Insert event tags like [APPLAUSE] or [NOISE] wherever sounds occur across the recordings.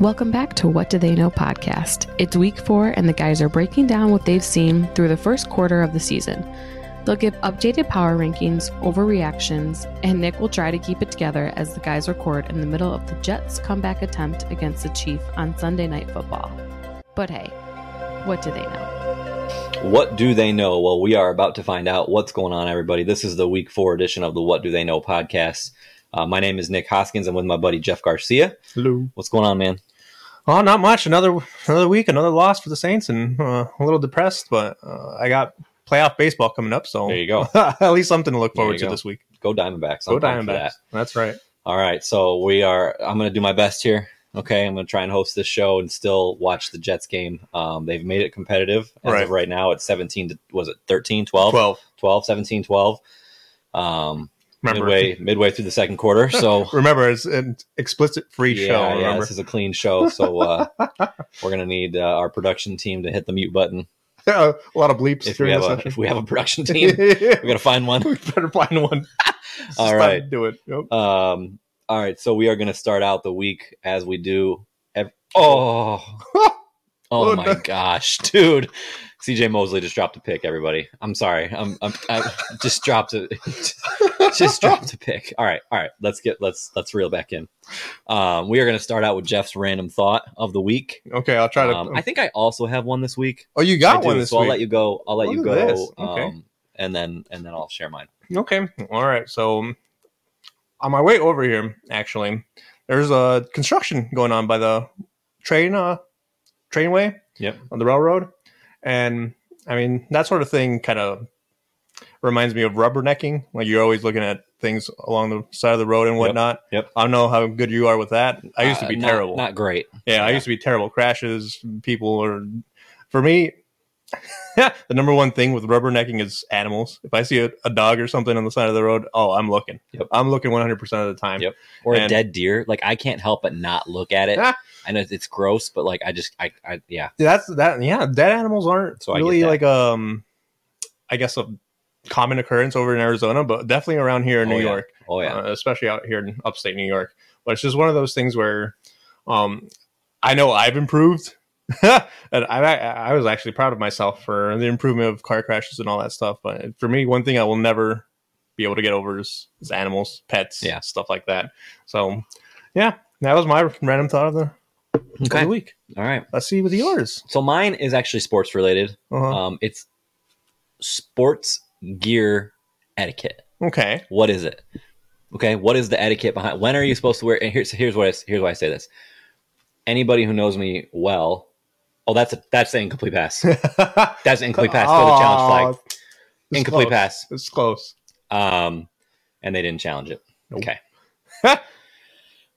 Welcome back to What Do They Know podcast. It's week four, and the guys are breaking down what they've seen through the first quarter of the season. They'll give updated power rankings, overreactions, and Nick will try to keep it together as the guys record in the middle of the Jets' comeback attempt against the Chief on Sunday Night Football. But hey, what do they know? What do they know? Well, we are about to find out what's going on, everybody. This is the week four edition of the What Do They Know podcast. Uh, my name is Nick Hoskins. I'm with my buddy Jeff Garcia. Hello. What's going on, man? Oh, not much. Another another week, another loss for the Saints, and uh, a little depressed. But uh, I got playoff baseball coming up, so There you go. [LAUGHS] At least something to look There forward you to go. this week. Go Diamondbacks. Go I'm pumped for Diamondbacks. that. That's right. All right, so we are. I'm going to do my best here. Okay, I'm going to try and host this show and still watch the Jets game. Um, they've made it competitive as Right. of right now. It's 17 to was it 13, 12, Twelve. 12 17, 12. Um, Remember, midway midway through the second quarter, [LAUGHS] so remember, it's an explicit free yeah, show. yeah, Remember. this is a clean show, so [LAUGHS] uh, we're gonna need uh, our production team to hit the mute button Yeah, [LAUGHS] a lot of bleeps if we during have the a session. if we have a production [LAUGHS] team. [LAUGHS] we gotta find one. we better find [LAUGHS] one. It's All time right. to do it. Yep. Um, all right, so we are gonna start out the week as we do. Ev- oh, [LAUGHS] oh Oh, my no. gosh, dude! CJ Mosley just dropped a pick. Everybody, I'm sorry. I'm, I'm I just dropped a [LAUGHS] just dropped a pick. All right, all right. Let's get let's let's reel back in. Um, we are gonna start out with Jeff's random thought of the week. Okay, I'll try to. Um, I think I also have one this week. oh, you I got do, one this so week. I'll let you go. I'll let you Look at this. go. Okay. Um, and then and then I'll share mine. Okay. All right. So um, on my way over here, actually, there's a construction going on by the train uh trainway Yep. on the railroad. And I mean, that sort of thing kind of reminds me of rubbernecking. Like you're always looking at things along the side of the road and Yep, whatnot. yep. I don't know how good you are with that. I used Uh, to be not- terrible. Not great. yeah, I yeah. used to be terrible. Crashes, people are for me [LAUGHS] the number one thing with rubbernecking is animals. If I see a, a dog or something on the side of the road, oh, I'm looking. Yep. I'm looking 100% of the time. Yep. Or a And- dead deer. Like I can't help but not look at [LAUGHS] it. Ah. I know it's gross, but like I just I, I yeah. That's that yeah, dead animals aren't So I get really that. like um I guess a common occurrence over in Arizona, but definitely around here in Oh, New yeah. York, Oh yeah. uh, especially out here in upstate New York. But it's just one of those things where um I know I've improved. [LAUGHS] and I, I I was actually proud of myself for the improvement of car crashes and all that stuff. But for me, one thing I will never be able to get over is, is animals, pets, Yeah. stuff like that. So, yeah, that was my random thought of the, of okay. the week. All right. Let's see with yours. So mine is actually sports related. Uh-huh. Um, it's sports gear etiquette. okay. What is it? Okay, what is the etiquette behind? When are you supposed to wear? And here's here's what I, here's why I say this. Anybody who knows me well, oh, that's a, that's an incomplete [LAUGHS] pass. That's an incomplete pass. Throw the challenge flag. Aw, it's Incomplete close. pass. Oh, It's close. Um, and they didn't challenge it. Nope. Okay. [LAUGHS]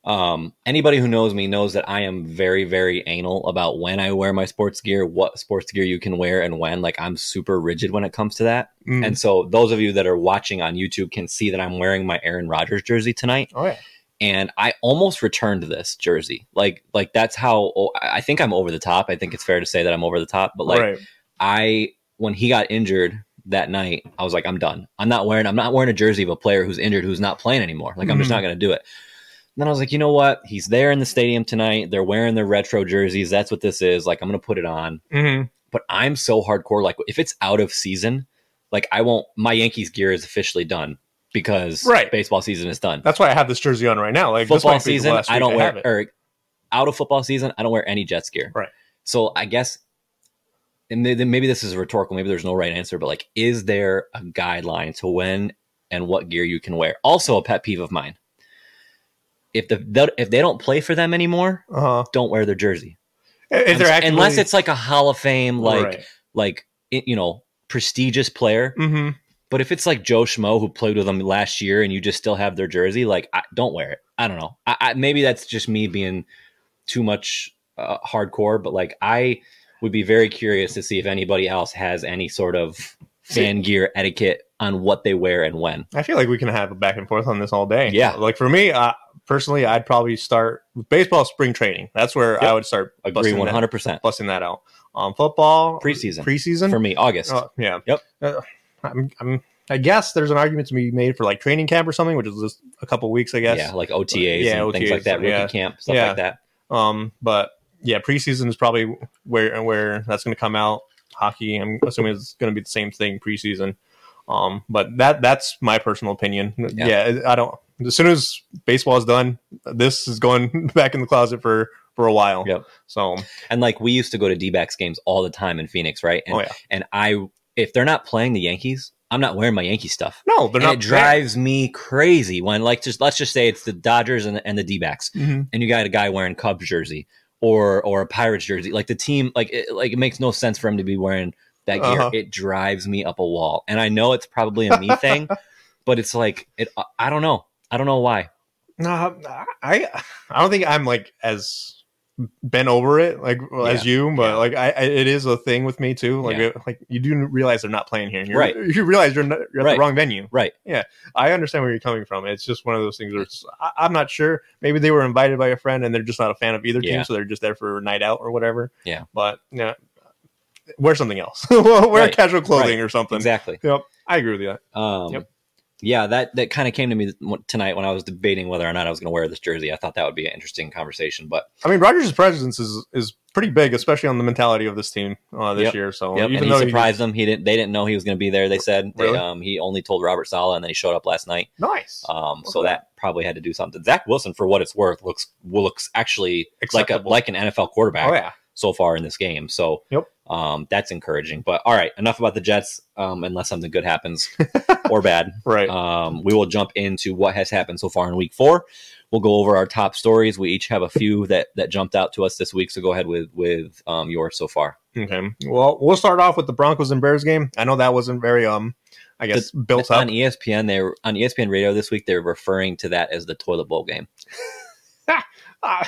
um, anybody who knows me knows that I am very very anal about when I wear my sports gear, what sports gear you can wear, and when. Like I'm super rigid when it comes to that. Mm. And so those of you that are watching on YouTube can see that I'm wearing my Aaron Rodgers jersey tonight. oh yeah. and I almost returned this jersey. Like like that's how oh, I I think I'm over the top. I think it's fair to say that I'm over the top, but like right. I when he got injured that night, I was like I'm done. I'm not wearing I'm not wearing a jersey of a player who's injured who's not playing anymore. Like I'm just Mhm. not going to do it. And then I was like, "You know what? He's there in the stadium tonight. They're wearing their retro jerseys. That's what this is. Like I'm going to put it on." Mhm. But I'm so hardcore like if it's out of season, like I won't my Yankees gear is officially done because Right. baseball season is done That's why I have this jersey on right now. Like this football might be the season, last I week don't have wear it. or out of football season, I don't wear any Jets gear. Right. So I guess, and may- then maybe this is rhetorical. Maybe there's no right answer, but like, is there a guideline to when and what gear you can wear? Also, a pet peeve of mine: if the if they don't play for them anymore, Uh-huh. don't wear their jersey. If they're actually, unless it's like a Hall of Fame, like Right. like it- you know prestigious player. Mhm. But if it's like Joe Schmo who played with them last year and you just still have their jersey, like I, don't wear it. I don't know. I, I, maybe that's just me being too much uh, hardcore, but like I would be very curious to see if anybody else has any sort of fan gear etiquette on what they wear and when. I feel like we can have a back and forth on this all day. Yeah. Like for me, uh, personally, I'd probably start with baseball spring training. That's where I Yep. would start Agree busting one that, hundred percent busting that out. Um, football Preseason. preseason for me. August. Oh, yeah. Yep. Uh, I'm, I'm, I guess there's an argument to be made for like training camp or something, which is just a couple weeks, I guess. Yeah, like OTAs Yeah, and things OTAs, like that, rookie yeah. camp stuff Yeah. like that. Um, but yeah, preseason is probably where where that's going to come out. Hockey, I'm assuming it's going to be the same thing preseason. Um, but that that's my personal opinion. Yeah. I don't. As soon as baseball is done, this is going [LAUGHS] back in the closet for for a while. Yep. So, And like we used to go to D backs games all the time in Phoenix, right? And, oh yeah, and I, if they're not playing the Yankees, I'm not wearing my Yankee stuff. no, they're And not it drives me crazy when, like, just let's just say it's the Dodgers and, and the D backs, Mhm. and you got a guy wearing Cubs jersey or or a Pirates jersey. Like the team, like it, like it makes no sense for him to be wearing that gear. Uh-huh. It drives me up a wall, and I know it's probably [LAUGHS] a me thing, but it's like it. I don't know. I don't know why. No, I I don't think I'm like as bent over it like as you, but yeah. like I, I it is a thing with me too. Like Yeah. it- like you do realize they're not playing here, you Right. You realize you're not, you're at Right. the wrong venue. Right. I understand where you're coming from. It's just one of those things where it's, I, I'm not sure. Maybe they were invited by a friend and they're just not a fan of either Yeah. team, so they're just there for a night out or whatever. Yeah. but yeah, wear something else. [LAUGHS] wear Right. casual clothing or something. Exactly. Yep, I agree with you. Um, Yep. Yeah, that that kind of came to me th- tonight when I was debating whether or not I was going to wear this jersey. I thought that would be an interesting conversation, but I mean, Rogers' presence is is pretty big, especially on the mentality of this team uh, this Yep. year. So Yep, even and though he he- surprised them. He didn't. They didn't know he was going to be there. They said They, Really? um, he only told Robert Sala, and then he showed up last night. nice, Um, so Okay. that probably had to do something. Zach Wilson, for what it's worth, looks looks actually Acceptable. like a like an NFL quarterback oh yeah, so far in this game. So Yep. um, that's encouraging. But all right, enough about the Jets. Um, unless something good [LAUGHS] happens or bad, right. um, we will jump into what has happened so far in Week Four. We'll go over our top stories. We each have a few that that jumped out to us this week. So go ahead with with um, yours so far. okay. Well, we'll start off with the Broncos and Bears game. I know that wasn't very um, I guess built up. on E ESPN. They were on ESPN Radio this week. They're referring to that as the toilet bowl game. Uh,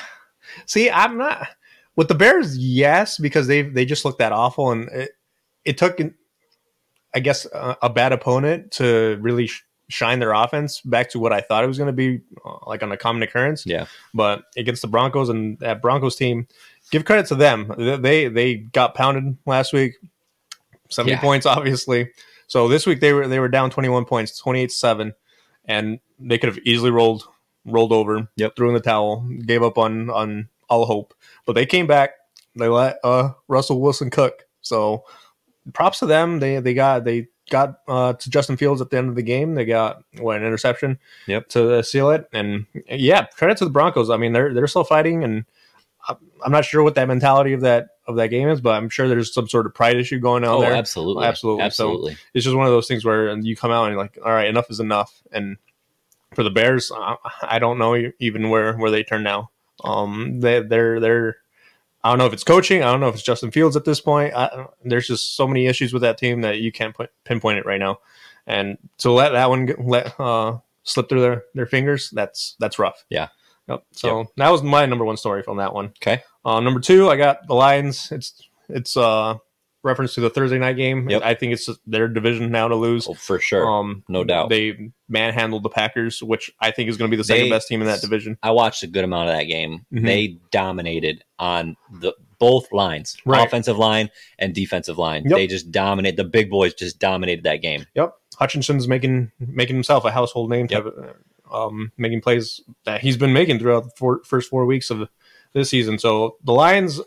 see, I'm not with the Bears. Yes, because they they just looked that awful, and it, it took, I guess, a, a bad opponent to really sh- shine their offense back to what I thought it was going to be, uh, like on a common occurrence. Yeah. but against the Broncos and that Broncos team, give credit to them. They they, they got pounded last week, seventy Yeah. points, obviously. So this week they were they were down twenty one points, twenty eight seven, and they could have easily rolled rolled over, Yep. threw in the towel, gave up on on all hope. But they came back. They let uh, Russell Wilson cook. So props to them. They they got they got uh, to Justin Fields at the end of the game. They got what an interception. Yep. To uh, seal it, and yeah, credit to the Broncos. I mean, they're they're still fighting, and I- I'm not sure what that mentality of that of that game is, but I'm sure there's some sort of pride issue going on oh, there. absolutely, Absolutely. So- absolutely. It's just one of those things where you come out and you're like, all right, enough is enough. And for the Bears, I, I don't know e, even where where they turn now. Um, they they're they're. I don't know if it's coaching. I don't know if it's Justin Fields at this point. I, there's just so many issues with that team that you can't put, pinpoint it right now. And to let that one get, let uh, slip through their, their fingers, that's that's rough. Yeah. Yep. So that was my number one story from that one. Okay. Uh, number two, I got the Lions. It's it's uh reference to the Thursday night game. Yep. I think it's just their division now to lose. Oh, for sure, Um, no doubt. They manhandled the Packers, which I think is going to be the second They- best team in that division. I watched a good amount of that game. Mhm. They dominated on the both lines, Right. offensive line and defensive line. Yep. They just dominate. The big boys just dominated that game. Yep. Hutchinson's making making himself a household name. Type of, um, making plays that he's been making throughout the four, first four weeks of this season. So the Lions,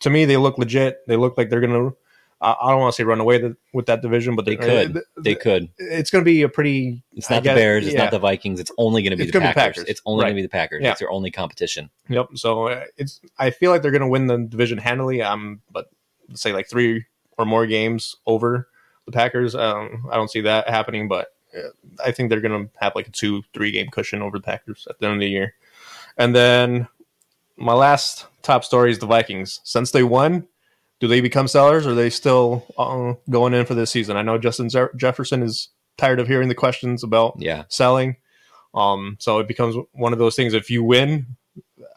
to me, they look legit. They look like they're going to. I I don't want to say run away th- with that division, but They they're- uh, could. They could. It's going to be a pretty. It's I not the guess- Bears. It's yeah. not the Vikings. It's only going to be It's the gonna be Packers. Packers. It's only Right. going to be the Packers. Yeah. It's their only competition. Yep. So uh, it's I feel like they're going to win the division handily. Um, but say like three or more games over the Packers. Um, I don't see that happening, but uh, I think they're going to have like a two, three game cushion over the Packers at the end of the year. And then my last top story is the Vikings. Since they won, do they become sellers? Or are they still uh, going in for this season? I know Justin Zer- Jefferson is tired of hearing the questions about Yeah. selling. Um, so it becomes one of those things. If you win,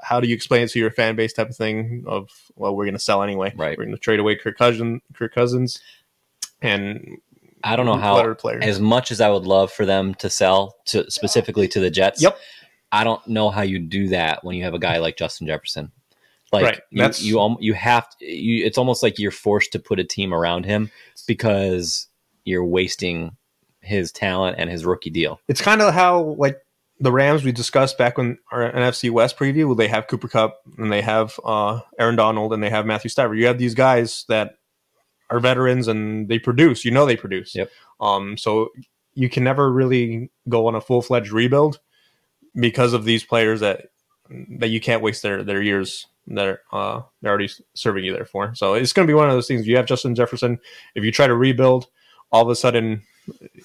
how do you explain it to your fan base? Type of thing of well, we're going to sell anyway. Right. We're going to trade away Kirk Cousins, Kirk Cousins, and I don't know how better players. as much as I would love for them to sell to specifically to the Jets. Yep. I don't know how you do that when you have a guy like Justin Jefferson. Like Right, you, that's- you, al- you have to, you, it's almost like you're forced to put a team around him because you're wasting his talent and his rookie deal. it's kind of how like the Rams we discussed back when our NFC West preview, well, they have Cooper Cup and they have uh, Aaron Donald and they have Matthew Stafford. You have these guys that are veterans and they produce. You know they produce. Yep. Um, so you can never really go on a full fledged rebuild because of these players that that you can't waste their their years that are uh, they're already serving you there for. So it's going to be one of those things. You have Justin Jefferson. If you try to rebuild, all of a sudden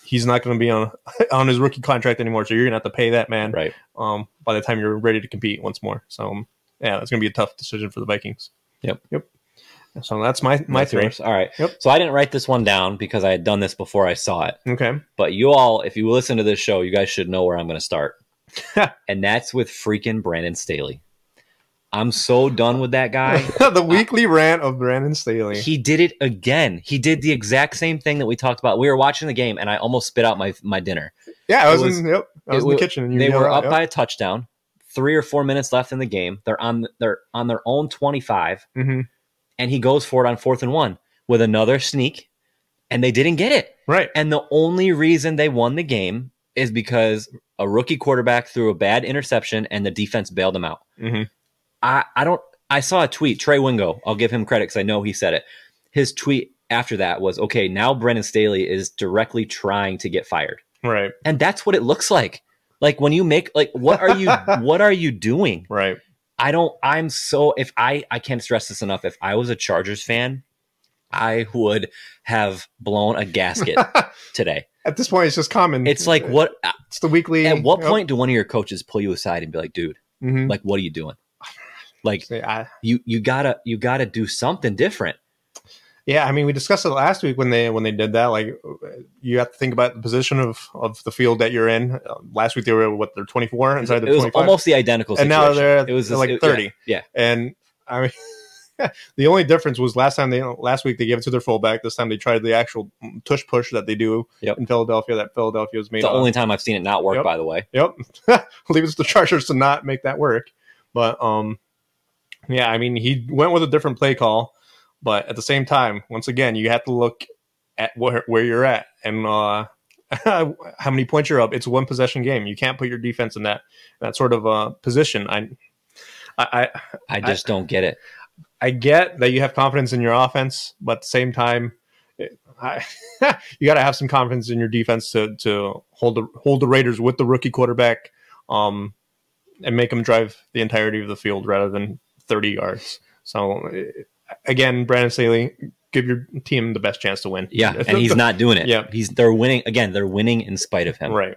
he's not going to be on [LAUGHS] on his rookie contract anymore. So you're going to have to pay that man Right. um, by the time you're ready to compete once more. So um, yeah, it's going to be a tough decision for the Vikings. Yep. Yep. So that's my my That's three. yours. All right. Yep. So I didn't write this one down because I had done this before I saw it. Okay. But you all, if you listen to this show, you guys should know where I'm going to [LAUGHS] start. and that's with freaking Brandon Staley. I'm so done with that [LAUGHS] guy. the weekly rant of Brandon Staley. He did it again. He did the exact same thing that we talked about. We were watching the game, and I almost spit out my my dinner. yeah, I it was, was- in. Yep, I it was in wa- the kitchen. And you They yelled were out, up yep. by a touchdown. Three or four minutes left in the game. They're on they're on their own twenty five, Mhm. and he goes for it on fourth and one with another sneak, and they didn't get it. Right. And the only reason they won the game is because a rookie quarterback threw a bad interception and the defense bailed him out. Mhm. I, I don't. I saw a tweet. Trey Wingo. I'll give him credit because I know he said it. His tweet after that was, "Okay, now Brennan Staley is directly trying to get fired." Right. And that's what it looks like. Like when you make like, what are you? what are you doing? [LAUGHS] Right. I don't. I'm so. If I I can't stress this enough. If I was a Chargers fan, I would have blown a [LAUGHS] gasket today. At this point, it's just common. It's like what It's the weekly. at what yep. point do one of your coaches pull you aside and be like, dude, Mhm. like what are you [LAUGHS] doing? Like Say, I- you you gotta you gotta do something different. Yeah, I mean, we discussed it last week when they when they did that. Like, uh, you have to think about the position of of the field that you're in. Uh, last week they were what they're 24 inside It the was 25, almost the identical and situation. now they're at- it was they're this- like it- 30. Yeah, And I mean, [LAUGHS] the only difference was last time they last week they gave it to their fullback. This time they tried the actual tush push that they do Yep. in Philadelphia. That Philadelphia was made. it's the on. [LAUGHS] only time I've seen it not work. uh, Yep. By the way, Yep. Leave it to the Chargers to not make that work. But um yeah, I mean he went with a different play call, but at the same time, once again, you have to look at where where you're at and uh [LAUGHS] how many points you're up. It's a one possession game. You can't put your defense in that that sort of uh position. I I I- I just don't get it. I get that you have confidence in your offense, but at the same time it- I, [LAUGHS] you got to have some confidence in your defense to to hold the hold the Raiders with the rookie quarterback, um, and make them drive the entirety of the field rather than 30 yards. So eh, again, Brandon Staley, give your team the best chance to win. Yeah, [LAUGHS] and he's not doing it. Yep. he's they're winning again. They're winning in spite of him. right.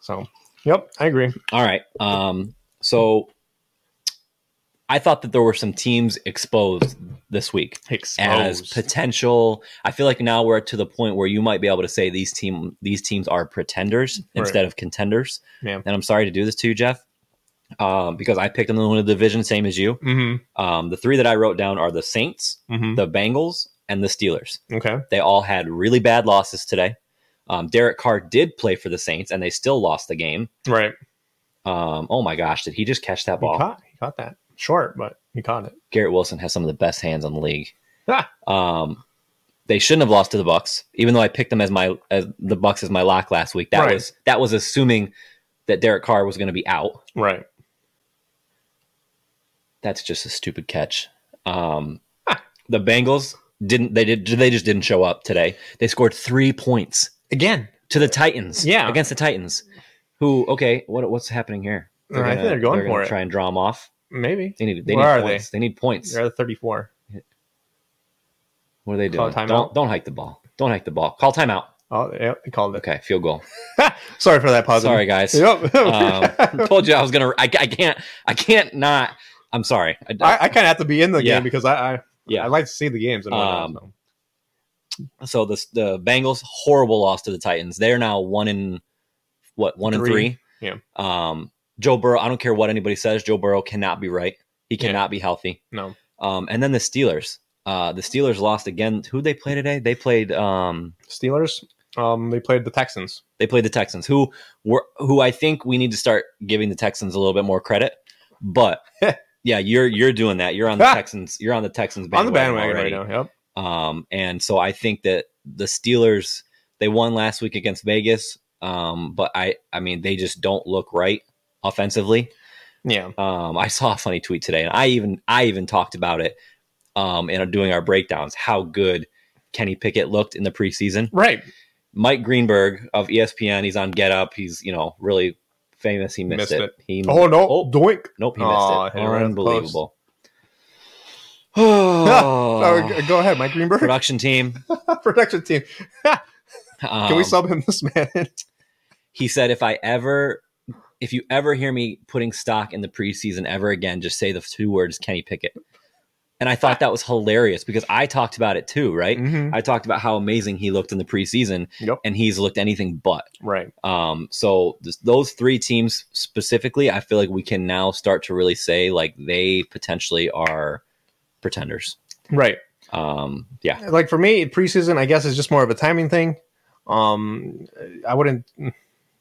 So, yep, I agree. All right. Um, so I thought that there were some teams exposed this week. as Exposed. potential. I feel like now we're to the point where you might be able to say these team these teams are pretenders instead of contenders. Yeah. And I'm sorry to do this to you, Jeff, um, because I picked them to win the division, same as you. mm-hmm. Um, the three that I wrote down are the Saints, Mm-hmm. the Bengals, and the Steelers. Okay. They all had really bad losses today. Um, Derek Carr did play for the Saints, and they still lost the game. Right. Um, oh my gosh, did he just catch that He ball? caught, he caught that short, but he caught it. Garrett Wilson has some of the best hands in the league. Ha! um, they shouldn't have lost to the Bucks, even though I picked them as my as the Bucks as my lock last week. That Right. was that was assuming that Derek Carr was going to be out. Right. That's just a stupid catch. Um, the Bengals didn't they did they just didn't show up today. They scored three points Again. to the Titans. Yeah. against the Titans, who okay, what what's happening here? I think they're going gonna for it. Try and draw them off. Maybe. They need they Where need are they? points. They? need points. They're at 34. What are they Call doing? a timeout? Don't don't hike the ball. Don't hike the ball. Call timeout. Oh, yep, he called it. Okay, field goal. Sorry for that pause. Sorry, [LAUGHS] guys. Yep. um, told you I was gonna. I, I can't. I can't not. I'm sorry. I, I, I kind of have to be in the Yeah. game because I, I yeah. I like to see the games. And whatnot, Um, so. so the the Bengals horrible loss to the Titans. They're now one in what one in Three. three. Yeah. Um, Joe Burrow. I don't care what anybody says. Joe Burrow cannot be right. He Yeah. cannot be healthy. No. Um, and then the Steelers. Uh, the Steelers lost again. Who they play today? They played. Um, Steelers. Um, they played the Texans. They played the Texans, who were who I think we need to start giving the Texans a little bit more credit. [LAUGHS] But yeah, you're you're doing that. You're on the Texans. You're on the Texans on the bandwagon right now. Yep. Um, and so I think that the Steelers they won last week against Vegas. Um, but I I mean they just don't look right. offensively. Yeah. Um, I saw a funny tweet today, and I even I even talked about it um, in doing our breakdowns. How good Kenny Pickett looked in the preseason. Right. Mike Greenberg of E ESPN, he's on Get Up. He's you know really famous. He missed, Missed it. it. He Oh no. Doink. nope, he missed Aw, it. hit it right at the post. [LAUGHS] Unbelievable. Oh, go ahead, Mike Greenberg. [LAUGHS] Production team. Production team. Can we um, sub him this man? [LAUGHS] he said if i ever if you ever hear me putting stock in the preseason ever again just say the two words kenny pickett and i thought that was hilarious because i talked about it too right Mhm. i talked about how amazing he looked in the preseason Yep. and he's looked anything but Right. um so th- those three teams specifically i feel like we can now start to really say like they potentially are pretenders Right. um yeah Like for me, preseason, I guess, is just more of a timing thing. Um, I wouldn't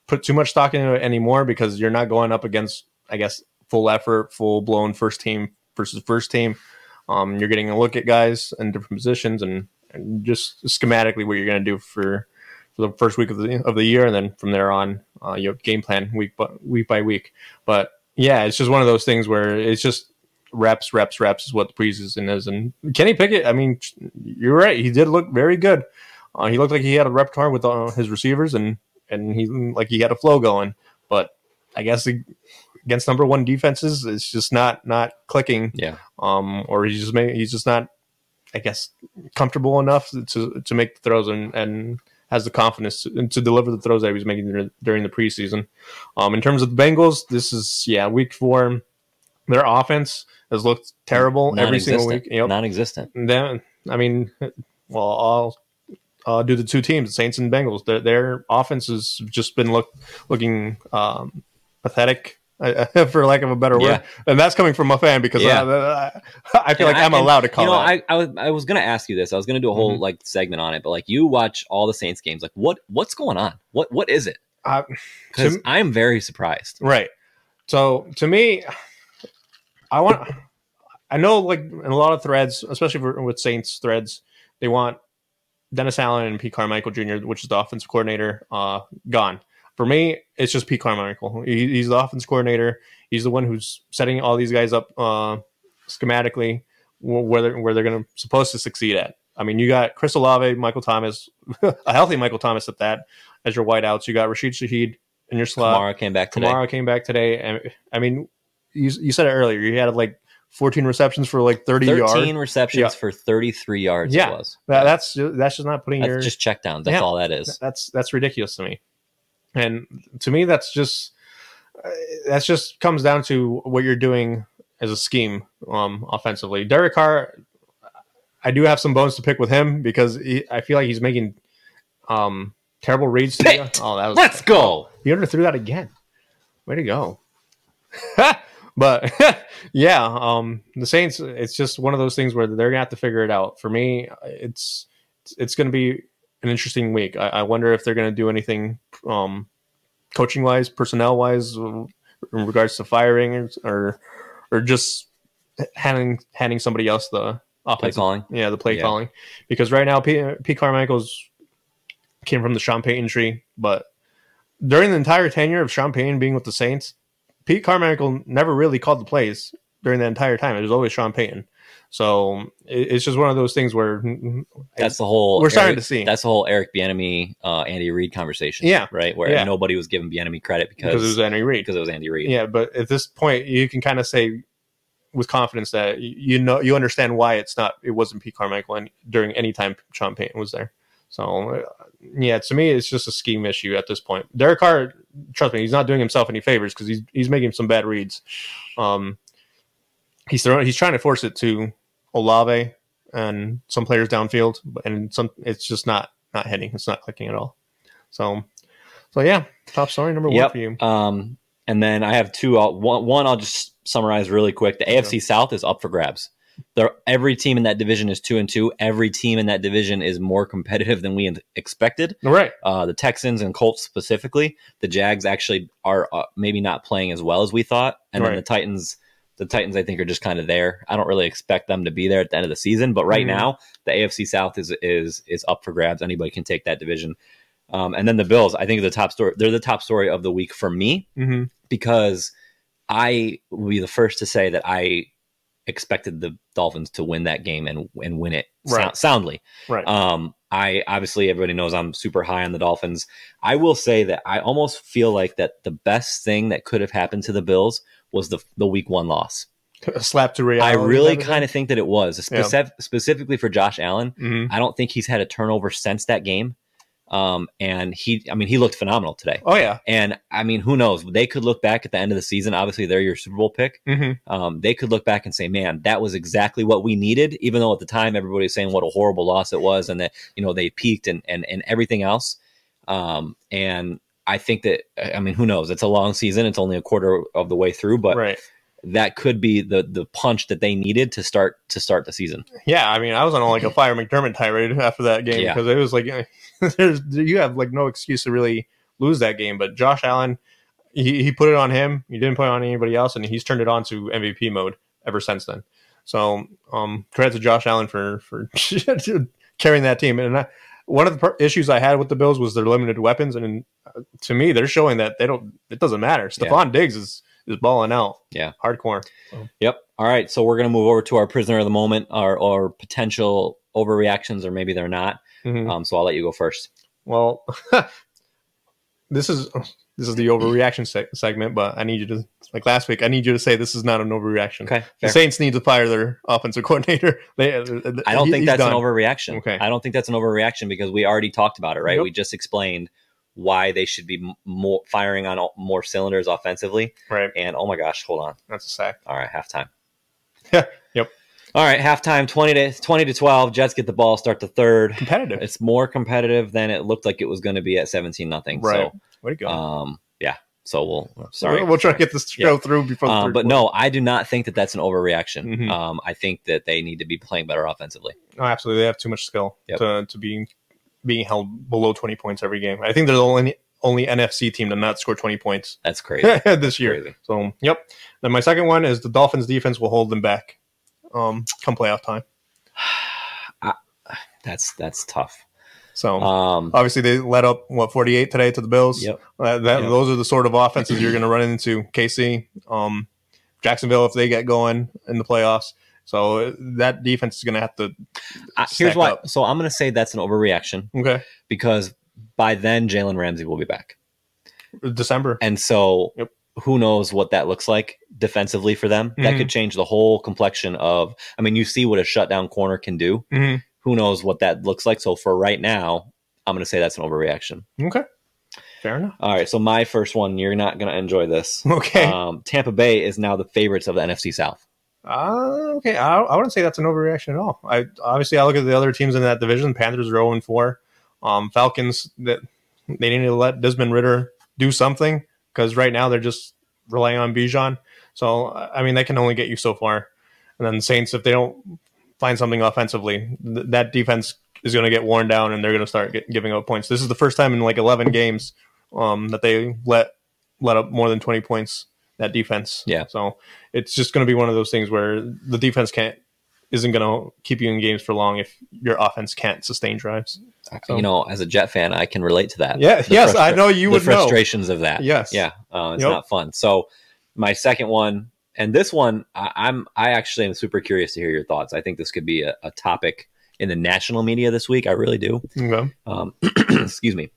put too much stock into it anymore because you're not going up against, I guess, full effort, full blown first team versus first team. Um, you're getting a look at guys in different positions and, and just schematically what you're going to do for, for the first week of the of the year, and then from there on, uh, your game plan week by, week by week. But yeah, it's just one of those things where it's just reps, reps, reps is what the preseason is. And Kenny Pickett, I mean, you're right. He did look very good. Uh, he looked like he had a repertoire with uh, his receivers, and and he like he had a flow going. But I guess he- against number one defenses, it's just not not clicking. yeah Um, or he's just may, he's just not, I guess, comfortable enough to to make the throws and and has the confidence to, to deliver the throws that he was making dur- during the preseason. Um, in terms of the Bengals, this is yeah week four. Their offense has looked terrible every single Non-existent. week. Yep. non-existent Then I mean, well, I'll uh, do the two teams, the Saints and Bengals. Their, their offense has just been look looking um, pathetic, [LAUGHS] uh, for lack of a better word. Yeah. And that's coming from a fan because Yeah. I, I, I feel And like I- I, am and, allowed to call you know, out. I, I was I was gonna ask you this. I was gonna do a whole Mhm. like segment on it, but like you watch all the Saints games, like what what's going on? What what is it? Uh, Because to- I'm very surprised. Right. So to me, I want. I know, like in a lot of threads, especially for, with Saints threads, they want Dennis Allen and Pete Carmichael Jr., which is the offensive coordinator, uh, gone. For me, it's just Pete Carmichael. He, he's the offense coordinator. He's the one who's setting all these guys up uh, schematically wh- where they're, where they're going to supposed to succeed at. I mean, you got Chris Olave, Michael Thomas, [LAUGHS] a healthy Michael Thomas at that, as your wideouts. You got Rashid Shaheed in your slot. Kamara came back today. Kamara came back today, and I mean, you you said it earlier. You had like 14 receptions for like 30 Thirteen yards. receptions Yeah. for thirty-three yards. Yeah. it was. That, that's ju- that's just not putting That's your just checkdowns. That's Yeah. all that is. that's that's ridiculous to me. And to me, that's just uh, that's just comes down to what you're doing as a scheme um, offensively. Derek Carr, I do have some bones to pick with him because he, I feel like he's making um, terrible reads. To you. Picked. Oh, that was Let's go. He underthrew that again. Way to go. [LAUGHS] but [LAUGHS] yeah, um, the Saints, it's just one of those things where they're gonna have to figure it out. For me, it's it's gonna be an interesting week. I, I wonder if they're gonna do anything um, coaching wise, personnel wise, in regards to firing or or, or just handing handing somebody else the Play offensive calling. yeah, the play Yeah. calling. Because right now, P. P. Carmichael's came from the Sean Payton tree, but during the entire tenure of Sean Payton being with the Saints, Pete Carmichael never really called the plays during the entire time. It was always Sean Payton. So it, it's just one of those things where, That's the whole. We're starting Eric- to see. That's the whole Eric Bieniemy, uh, Andy Reid conversation. Yeah. right. Where Yeah. nobody was giving Bieniemy credit because because it was Henry Reid. because it was Andy Reid. Yeah, but at this point, you can kind of say with confidence that y- you know you understand why it's not it wasn't Pete Carmichael and during any time Sean Payton was there. So uh, yeah, to me, it's just a scheme issue at this point. Derek Carr, trust me, he's not doing himself any favors because he's he's making some bad reads. Um, he's throwing, he's trying to force it to Olave and some players downfield, but- and some it's just not not hitting, it's not clicking at all. So, so yeah, top story number one Yep. for you. Um, and then I have two. I'll, one, one I'll just summarize really quick. The AFC South is up for grabs. There, every team in that division is two and two. Every team in that division is more competitive than we expected. All right, Uh, the Texans and Colts specifically. The Jags actually are uh, maybe not playing as well as we thought, and then Right. the Titans. The Titans, I think, are just kind of there. I don't really expect them to be there at the end of the season, but right Mhm. now, the AFC South is is is up for grabs. Anybody can take that division. Um, and then the Bills, I think, are the top story. They're the top story of the week for me Mm-hmm. because I will be the first to say that I expected the Dolphins to win that game and and win it sou- Right. soundly. Right. Um, I obviously everybody knows I'm super high on the Dolphins. I will say that I almost feel like that the best thing that could have happened to the Bills was the the week one loss. a slap to reality. I really kind of think that it was Yeah. specif- specifically for Josh Allen. hmm I don't think he's had a turnover since that game. Um, and he, I mean, he looked phenomenal today. Oh yeah. And I mean, who knows? They could look back at the end of the season. Obviously, they're your Super Bowl pick. Mm-hmm. Um, they could look back and say, "Man, that was exactly what we needed." Even though at the time everybody was saying what a horrible loss it was, and that you know they peaked and and and everything else. Um, and I think that I mean, who knows? It's a long season. It's only a quarter of the way through, but right. that could be the the punch that they needed to start to start the season. Yeah, I mean, I was on [LAUGHS] like a fire McDermott tirade after that game Yeah. because it was like [LAUGHS] there's you have like no excuse to really lose that game. But Josh Allen, he, he put it on him. He didn't put it on anybody else, and he's turned it on to MVP mode ever since then. So, um, credit to Josh Allen for for [LAUGHS] carrying that team. And I, one of the per- issues I had with the Bills was their limited weapons, and uh, to me, they're showing that they don't. It doesn't matter. Yeah. Stephon Diggs is is balling out. Yeah. hardcore. Yep. All right. So we're going to move over to our prisoner of the moment, our or potential overreactions, or maybe they're not. Mhm. Um, so I'll let you go first. Well, [LAUGHS] this is this is the overreaction seg- segment, but I need you to like last week. I need you to say this is not an overreaction. Okay. The fair. Saints need to fire their offensive [LAUGHS] coordinator. They, uh, I don't think that's an overreaction. Okay. I don't think that's an overreaction because we already talked about it, right? Yep. We just explained why they should be m- more firing on all, more cylinders offensively. Right, And oh my gosh, hold on. that's a sack. All right, halftime. [LAUGHS] Yep. All right, halftime. Twenty to twenty to twelve. Jets get the ball. Start the third. Competitive. It's more competitive than it looked like it was going to be at seventeen nothing. Right. So Way to go. Um, yeah. So we'll sorry. We'll, we'll try to get this show through before. The Um, third but quarter. no, I do not think that that's an overreaction. Mhm. Um, I think that they need to be playing better offensively. no, absolutely, they have too much skill Yep. to to be being held below twenty points every game. I think they're the only only NFC team to not score twenty points [LAUGHS] That's crazy. this year. Crazy. So, yep. Then my second one is the Dolphins defense will hold them back um, come playoff time. That's that's tough. So, Um, obviously, they let up, what, 48 today to the Bills? Yep. Uh, that, Yep. Those are the sort of offenses you're going to run into. KC, um, Jacksonville, if they get going in the playoffs. So, uh, that defense is going to have to. I- stack here's why. up. So I'm going to say that's an overreaction Okay. because by then Jalen Ramsey will be back, December. and so Yep. who knows what that looks like defensively for them? That Mhm. could change the whole complexion of. I mean, you see what a shutdown corner can do. Mhm. Who knows what that looks like? So for right now, I'm going to say that's an overreaction. Okay. Fair enough. [LAUGHS] All right, so my first one, you're not going to enjoy this. Okay. Um, Tampa Bay is now the favorites of the NFC South. Uh, okay, I, I wouldn't say that's an overreaction at all. I obviously I look at the other teams in that division. Panthers are zero and four. Um, Falcons that they need to let Desmond Ritter do something because right now they're just relying on Bijan. So I I mean that can only get you so far. And then Saints if they don't find something offensively, th- that defense is going to get worn down and they're going to start get, giving up points. This is the first time in like eleven games um, that they let let up more than twenty points. That defense. Yeah. So it's just going to be one of those things where the defense can't isn't going to keep you in games for long if your offense can't sustain drives. So- You know, as a Jet fan, I can relate to that. Oh. Yeah, Uh, The yes, I frustra- know you the would know. frustrations of that. Yes. yeah, uh, it's Yep. not fun. So my second one, and this one, I, I'm I actually am super curious to hear your thoughts. I think this could be a, a topic in the national media this week. I really do. Okay. Um, [CLEARS THROAT] excuse me.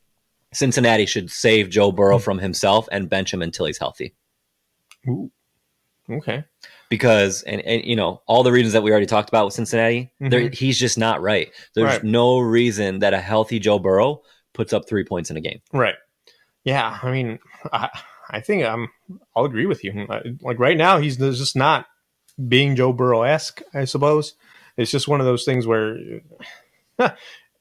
Cincinnati should save Joe Burrow from himself and bench him until he's healthy. Ooh. Okay. because and, and you know all the reasons that we already talked about with Cincinnati, there Mhm. he's just not right. There's Right. no reason that a healthy Joe Burrow puts up three points in a game. Right. Yeah. I mean, I, I think I'm. I'll agree with you. I- Like right now, he's just not being Joe Burrow esque. I suppose it's just one of those things where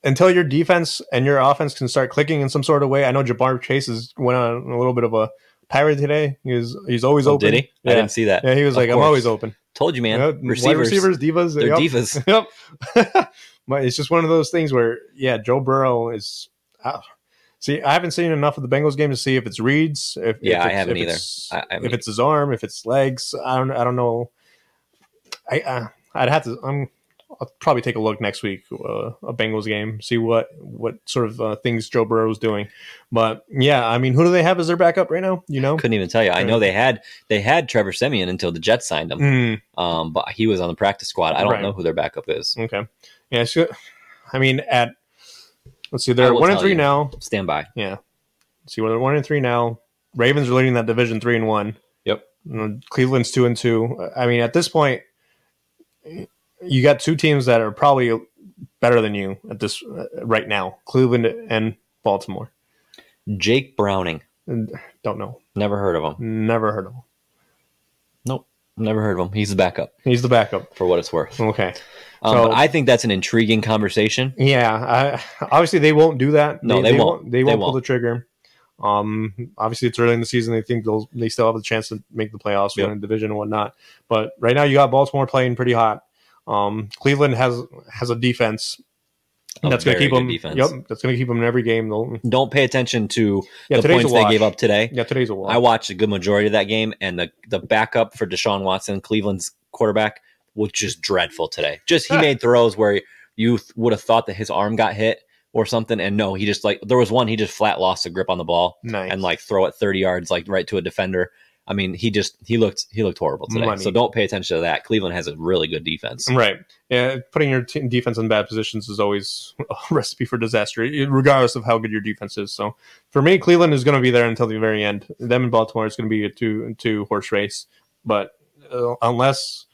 until your defense and your offense can start clicking in some sort of way. I know Jabbar Chase is went on a little bit of a tirade today. He was, he's always Oh, open. did he? I Yeah. didn't see that. Yeah, he was Of like, I'm course. always open. Told you, man. Yeah, wide receivers, receivers, divas. they're yep. divas. [LAUGHS] [LAUGHS] Yep. [LAUGHS] but it's just one of those things where, yeah, Joe Burrow is. ah. see, I haven't seen enough of the Bengals game to see if it's reads. If, Yeah, if I it's- haven't if either. it's- I- I if mean- it's his arm, if it's legs, I don't. I don't know. I. Uh, I'd have to. I'm. I'll probably take a look next week, uh, a Bengals game, see what what sort of uh, things Joe Burrow's doing. But yeah, I mean, who do they have as their backup right now? You know, Couldn't even tell you. I know they had they had Trevor Simeon until the Jets signed him, Mm, um, but he was on the practice squad. I don't Right. know who their backup is. okay, yeah. So, I mean, at let's see, they're will one and tell three you. now. Stand by. Yeah. See, well, they're one and three now. Ravens are leading that division three and one. Yep. Mm, Cleveland's two and two. I mean, at this point, you got two teams that are probably better than you at this uh, right now: Cleveland and Baltimore. Jake Browning. And Don't know. Never heard of him. Never heard of him. Never heard of him. He's the backup He's the backup. for what it's worth. Okay. Um, So- but I think that's an intriguing conversation. Yeah, I, obviously they won't do that. No, they won't. They They won't pull won't. the trigger. Um, obviously it's early in the season. They think they'll they still have a chance to make the playoffs, Yep. win the division and whatnot. But right now you got Baltimore playing pretty hot. Um, Cleveland has has a defense A that's going to very keep them. good defense. Yep, that's going to keep them in every game. They'll, Don't pay attention to yeah, the today's a points they wash. gave up today. Yeah, today's a I wash. watched a good majority of that game, and the the backup for Deshaun Watson, Cleveland's quarterback, was just dreadful today. Just he made throws where you th- would have thought that his arm got hit or something, and no, he just like there was one he just flat lost a grip on the ball nice. and like throw it thirty yards like right to a defender. I mean, he just he looked he looked horrible today. Money. Mm. So don't pay attention to that. Cleveland has a really good defense. Right. Yeah, putting your team defense in bad positions is always [LAUGHS] a recipe for disaster, e-, regardless of how good your defense is. So, for me, Cleveland is going to be there until the very end. Them and Baltimore is going to be a two two horse race. But uh, unless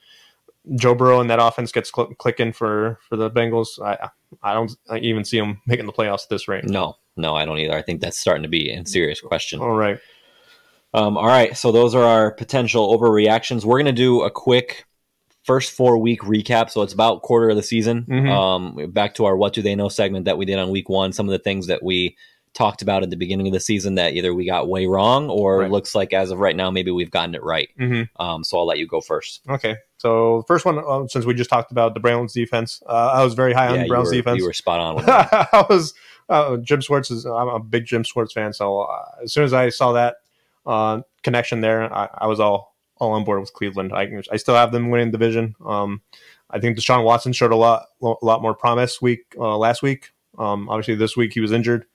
Joe Burrow and that offense gets cl- clicking for for the Bengals, I I don't even see them making the playoffs at this rate. No, no, I don't either. I think that's starting to be a serious question. All right. Um, all right, so those are our potential overreactions. We're gonna do a quick first four week recap. So it's about quarter of the season. Mhm. Um, back to our what do they know segment that we did on week one. Some of the things that we talked about at the beginning of the season that either we got way wrong or Right. looks like as of right now maybe we've gotten it right. Mm-hmm. Um, so I'll let you go first. Okay. So first one, uh, since we just talked about the Browns defense, uh, I was very high on the you, Browns were, defense. you were spot on with [LAUGHS] that. I was uh, Jim Schwartz is I'm a big Jim Schwartz fan, so uh, as soon as I saw that uh, connection there, I, I was all all on board with Cleveland. I can- I still have them winning the division. Um, I think Deshaun Watson showed a lot a lot more promise week uh, last week. Um, obviously this week he was injured,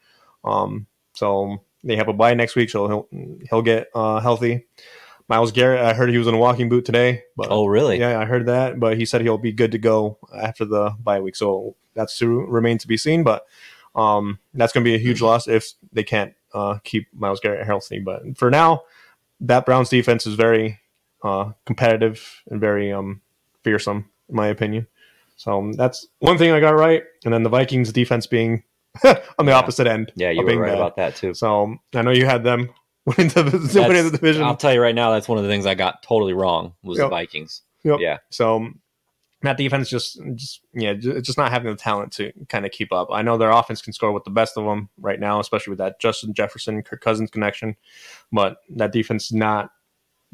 um, so they have a bye next week, so he'll he'll get uh, healthy. Miles Garrett, I heard he was in a walking boot today, but Oh really? yeah, I heard that, but he said he'll be good to go after the bye week. So that's to remain to be seen, but um, that's going to be a huge loss if they can't uh, keep Miles Garrett healthy. But for now, that Browns defense is very uh, competitive and very um, fearsome, in my opinion. So um, that's one thing I got right, and then the Vikings defense being [LAUGHS] on Yeah. the opposite end. Yeah, of you were being right bad. about that [LAUGHS] too. So um, I know you had them [LAUGHS] winning the, winning the That's- division. I'll tell you right now, that's one of the things I got totally wrong was the Yep. Vikings. So um, that defense just, just yeah, ju- just not having the talent to kind of keep up. I know their offense can score with the best of them right now, especially with that Justin Jefferson, Kirk Cousins connection, but that defense not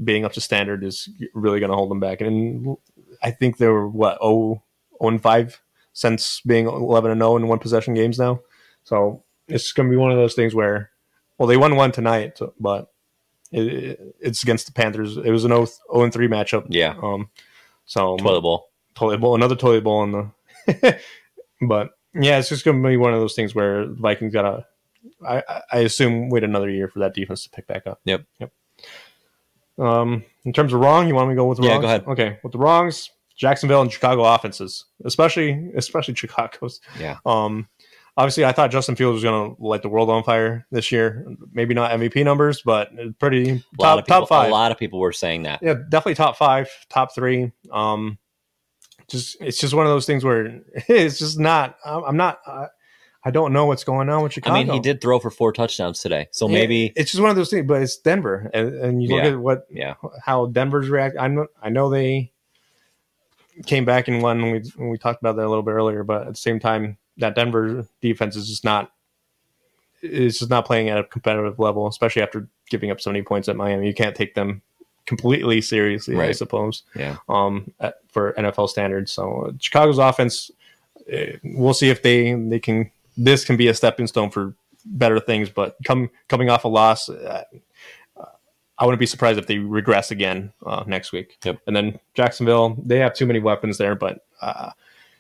being up to standard is really going to hold them back. And I think they were what oh oh and five since being eleven and zero in one possession games now. So it's going to be one of those things where, well, they won one tonight, so- but. It, it's against the Panthers. It was an 0 and 3 matchup. Yeah. Um, so Toilet bowl. toilet bowl, another toilet bowl in the. [LAUGHS] but yeah, it's just going to be one of those things where Vikings gotta, I, I- I assume, wait another year for that defense to pick back up. Yep. Yep. Um, in terms of wrong, you want me to go with the Yeah, wrongs? go ahead. Okay, with the wrongs, Jacksonville and Chicago offenses, especially especially Chicago's. Yeah. Um, obviously, I thought Justin Fields was going to light the world on fire this year. Maybe not MVP numbers, but pretty A lot top of people, top five A lot of people were saying that. yeah, definitely top five, top three. Um, just it's just one of those things where [LAUGHS] it's just not. I'm I'm not. I, I don't know what's going on with Chicago. I mean, he did throw for four touchdowns today, so Yeah, maybe it's just one of those things. But it's Denver, and, and you look Yeah. at what yeah, how Denver's react. I know I know they came back and won. When we when we talked about that a little bit earlier, but at the same time, that Denver defense is just not. It's just not playing at a competitive level, especially after giving up so many points at Miami. You can't take them completely seriously, I Right. suppose. Yeah. Um, at, for NFL standards, so uh, Chicago's offense, eh, we'll see if they they can. This can be a stepping stone for better things, but come coming off a loss, uh, I wouldn't be surprised if they regress again uh, next week. Yep. And then Jacksonville, they have too many weapons there, but uh,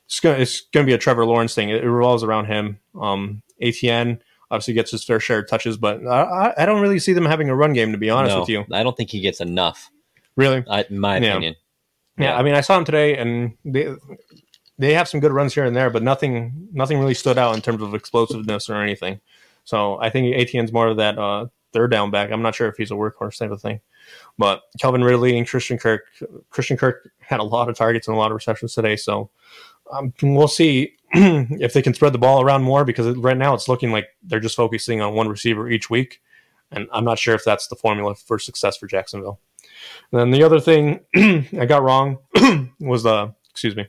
it's gonna it's gonna be a Trevor Lawrence thing. It, it revolves around him. Um, ATN obviously gets his fair share of touches, but I, I I don't really see them having a run game to be honest No, with you. I don't think he gets enough, Really, I- in my Yeah. opinion. yeah. Yeah. I mean, I saw him today, and they they have some good runs here and there, but nothing nothing really stood out in terms of explosiveness or anything. So I think ATN's more of that uh, third down back. I'm not sure if he's a workhorse type of thing, but Kelvin Ridley and Christian Kirk. Christian Kirk had a lot of targets and a lot of receptions today, so um, we'll see [CLEARS THROAT] if they can spread the ball around more because right now it's looking like they're just focusing on one receiver each week, and I'm not sure if that's the formula for success for Jacksonville. And then the other thing [CLEARS THROAT] I got wrong [CLEARS THROAT] was the excuse me,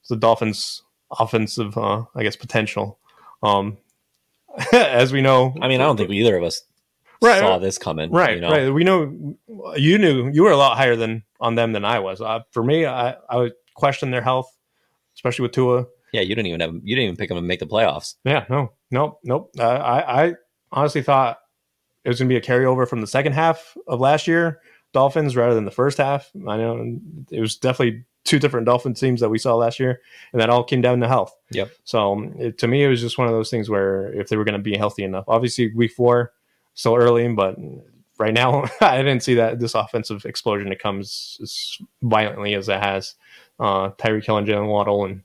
was the Dolphins' offensive, uh, I guess, potential. Um, [LAUGHS] as we know, I mean, I don't think either of us Right, saw right. this coming. right, You know? right. We know you knew you were a lot higher than on them than I was. Uh, for me, I I would question their health, especially with Tua. Yeah, you didn't even have you didn't even pick him to make the playoffs. Yeah, no, nope, nope. Uh, I, I honestly thought it was going to be a carryover from the second half of last year, Dolphins, rather than the first half. I know it was definitely two different Dolphin teams that we saw last year, and that all came down to health. Yep. So um, it, to me, it was just one of those things where if they were going to be healthy enough, obviously week four, still early, but right now [LAUGHS] I didn't see that this offensive explosion that comes as violently as it has. Uh, Tyreek Hill and Jalen Waddle and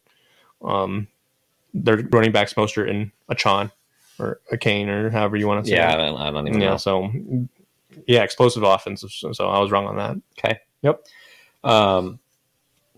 um, their running backs Mostert and Achan or a Kane or however you want to say. Yeah, I it. don't, I don't even yeah. know. So yeah, explosive offense. So, so I was wrong on that. Um,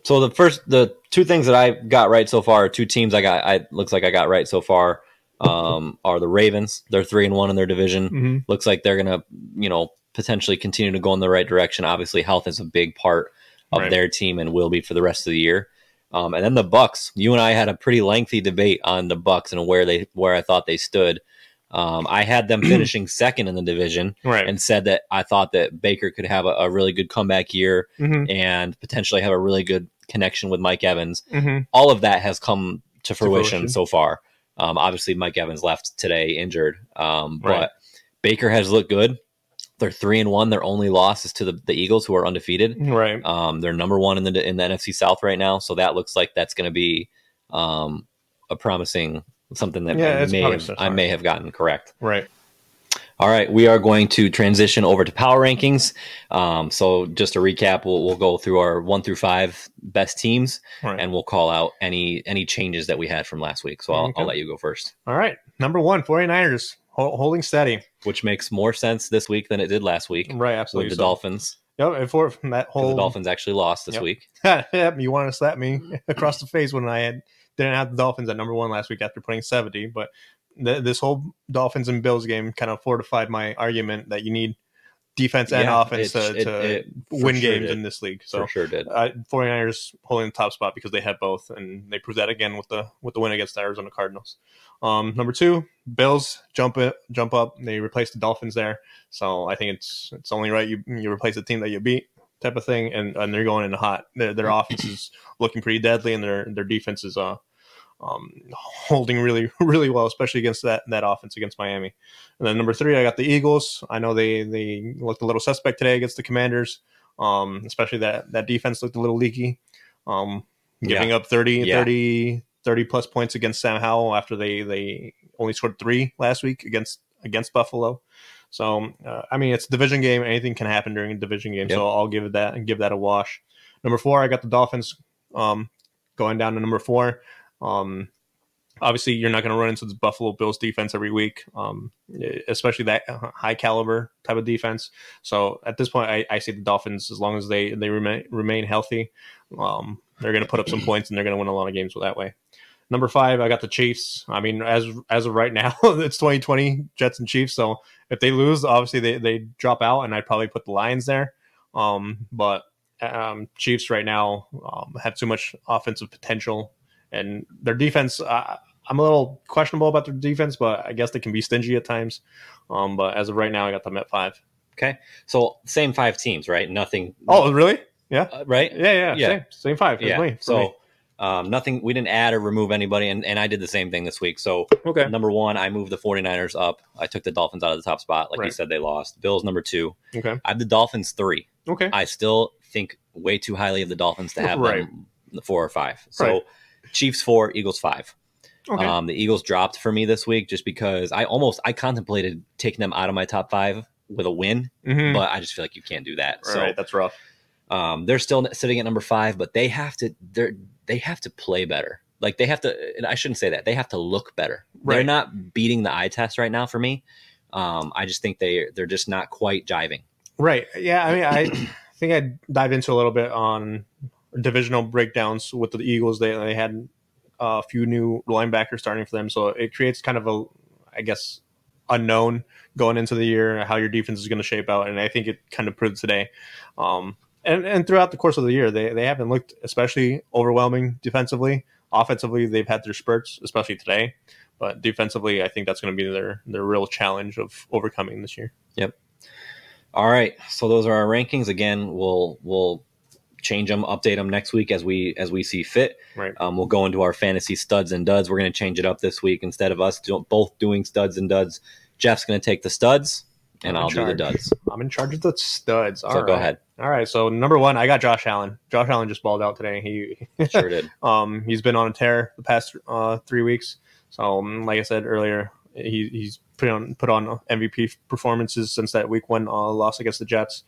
so the first, the two things that I got right so far, two teams I got, I looks like I got right so far, um, are the Ravens. They're three and one in their division. Mm-hmm. Looks like they're gonna, you know, potentially continue to go in the right direction. Obviously, health is a big part of Right. their team and will be for the rest of the year. Um, and then the Bucks. You and I had a pretty lengthy debate on the Bucks and where they where I thought they stood. Um, I had them finishing second in the division Right. and said that I thought that Baker could have a, a really good comeback year mm-hmm. and potentially have a really good connection with Mike Evans. Mm-hmm. All of that has come to fruition, fruition. so far. Um, obviously, Mike Evans left today injured, um, but Right. Baker has looked good. They're three and one. Their only loss is to the, the Eagles, who are undefeated. Right. Um, they're number one in the in the NFC South right now, so that looks like that's going to be um, a promising something that Yeah, I, it's may have, promising, I may have gotten correct. Right. All right, we are going to transition over to power rankings. Um, so, just to recap, we'll, we'll go through our one through five best teams, Right. and we'll call out any any changes that we had from last week. So, I'll, Okay. I'll let you go first, All right. Number one, 49ers hol- holding steady. which makes more sense this week than it did last week Right. with Absolutely. the so. Dolphins. Yep. And for that 'cause whole The Dolphins actually lost this Yep. week. [LAUGHS] Yep, you want to slap me [LAUGHS] across the face when I had, didn't have the Dolphins at number one last week after putting 70. But th- this whole Dolphins and Bills game kind of fortified my argument that you need defense and Yeah, offense it- to, it- to it for win sure games did. in this league. So for sure did. uh, 49ers holding the top spot because they had both, and they proved that again with the with the win against the Arizona Cardinals. Um, number two, Bills jump it, jump up. They replaced the Dolphins there, so I think it's it's only right you you replace the team that you beat type of thing, and, and they're going in hot. Their, their offense is looking pretty deadly, and their their defense is uh um holding really [LAUGHS] really well, especially against that that offense against Miami. And then number three, I got the Eagles. I know they they looked a little suspect today against the Commanders. Um, especially that that defense looked a little leaky. Um, giving up 30, Yeah. 30, 30 plus points against Sam Howell after they they only scored three last week against against Buffalo. So uh, I mean, it's a division game. Anything can happen during a division game. Yep. So I'll give it that and give that a wash. Number four, I got the Dolphins um, going down to number four. Um, obviously, you're not going to run into the Buffalo Bills defense every week, um, especially that high caliber type of defense. So at this point, I, I see the Dolphins as long as they they remain remain healthy, um, they're going to put up some points and they're going to win a lot of games that way. Number five, I got the Chiefs. I mean, as as of right now, [LAUGHS] it's 2020 Jets and Chiefs. So if they lose, obviously they, they drop out, and I'd probably put the Lions there. Um, but um, Chiefs right now um, have too much offensive potential, and their defense. Uh, I'm a little questionable about their defense, but I guess they can be stingy at times. Um, but as of right now, I got them at five. So, same five teams, right? Nothing. Oh, really? uh, right. Yeah, yeah, Yeah. Same, same five. for Yeah. me- for me. so, um, nothing. We didn't add or remove anybody, and, and I did the same thing this week. So, okay, Number one, I moved the 49ers up. I took the Dolphins out of the top spot. Like you Right. said, they lost. Bills number two. okay, I have the Dolphins three. okay. I still think way too highly of the Dolphins to have Right. them the four or five. So Right. Chiefs four, Eagles five. Okay. Um, the Eagles dropped for me this week just because I almost I contemplated taking them out of my top five with a win, Mhm. but I just feel like you can't do that. All right, that's rough. So um, they're still sitting at number five, but they have to they're they have to play better. Like they have to, and I shouldn't say that they have to look better. They're Right. not beating the eye test right now for me. Um, I just think they they're just not quite jiving. Right. Yeah. I mean, I [COUGHS] think I dive into a little bit on divisional breakdowns with the Eagles. They they had uh, a few new linebackers starting for them, so it creates kind of a, I guess, unknown going into the year how your defense is going to shape out, and I think it kind of proved today. Um, and and throughout the course of the year, they they haven't looked especially overwhelming defensively. Offensively, they've had their spurts, especially today. But defensively, I think that's going to be their their real challenge of overcoming this year. All right, so those are our rankings. Again, we'll we'll change them, update them next week as we as we see fit. Right. Um, we'll go into our fantasy studs and duds. We're going to change it up this week. Instead of us do, both doing studs and duds, Jeff's going to take the studs, and I'm in I'll do the charge. duds. I'm in charge of the studs. All so go right. ahead. All right. So number one, I got Josh Allen. Josh Allen just balled out today. He [LAUGHS] Sure did. um he's been on a tear the past uh, three weeks. So um, like I said earlier, he, he's put on put on MVP performances since that week one uh, loss against the Jets.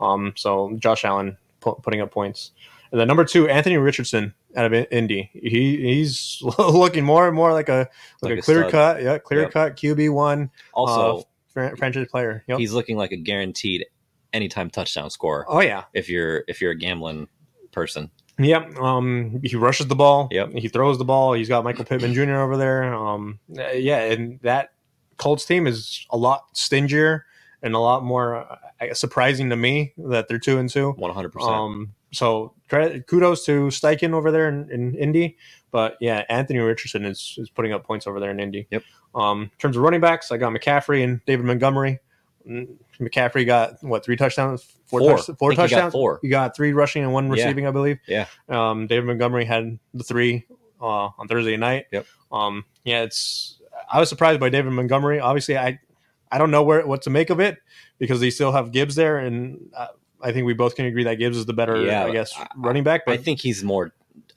Um, so Josh Allen pu- putting up points. And then number two, Anthony Richardson out of In- Indy. He he's [LAUGHS] looking more and more like a like, Like a a clear stud. cut, yeah, clear Yep. cut QB one Also, fran- franchise player. Uh, Yep. he's looking like a guaranteed anytime touchdown scorer Oh yeah, if you're if you're a gambling person. Yep. Um, he rushes the ball. Yep. He throws the ball. He's got Michael Pittman Jr. over there. Um, uh, yeah, and that Colts team is a lot stingier and a lot more uh, I guess, surprising to me that they're two and two. One hundred percent. Um, so credit, kudos to Steichen over there in, in Indy. But yeah, Anthony Richardson is, is putting up points over there in Indy. Yep. Um, in terms of running backs, I got McCaffrey and David Montgomery. Mm, McCaffrey got what three touchdowns? Four. touch- I think four he got touchdowns. four. You got three rushing and one Yeah. receiving, I believe. Yeah. Um, David Montgomery had the three uh, on Thursday night. Yep. Um, yeah, it's. I was surprised by David Montgomery. Obviously, I, I don't know where what to make of it because they still have Gibbs there, and uh, I think we both can agree that Gibbs is the better, Yeah, I guess, I- running back. I But think he's more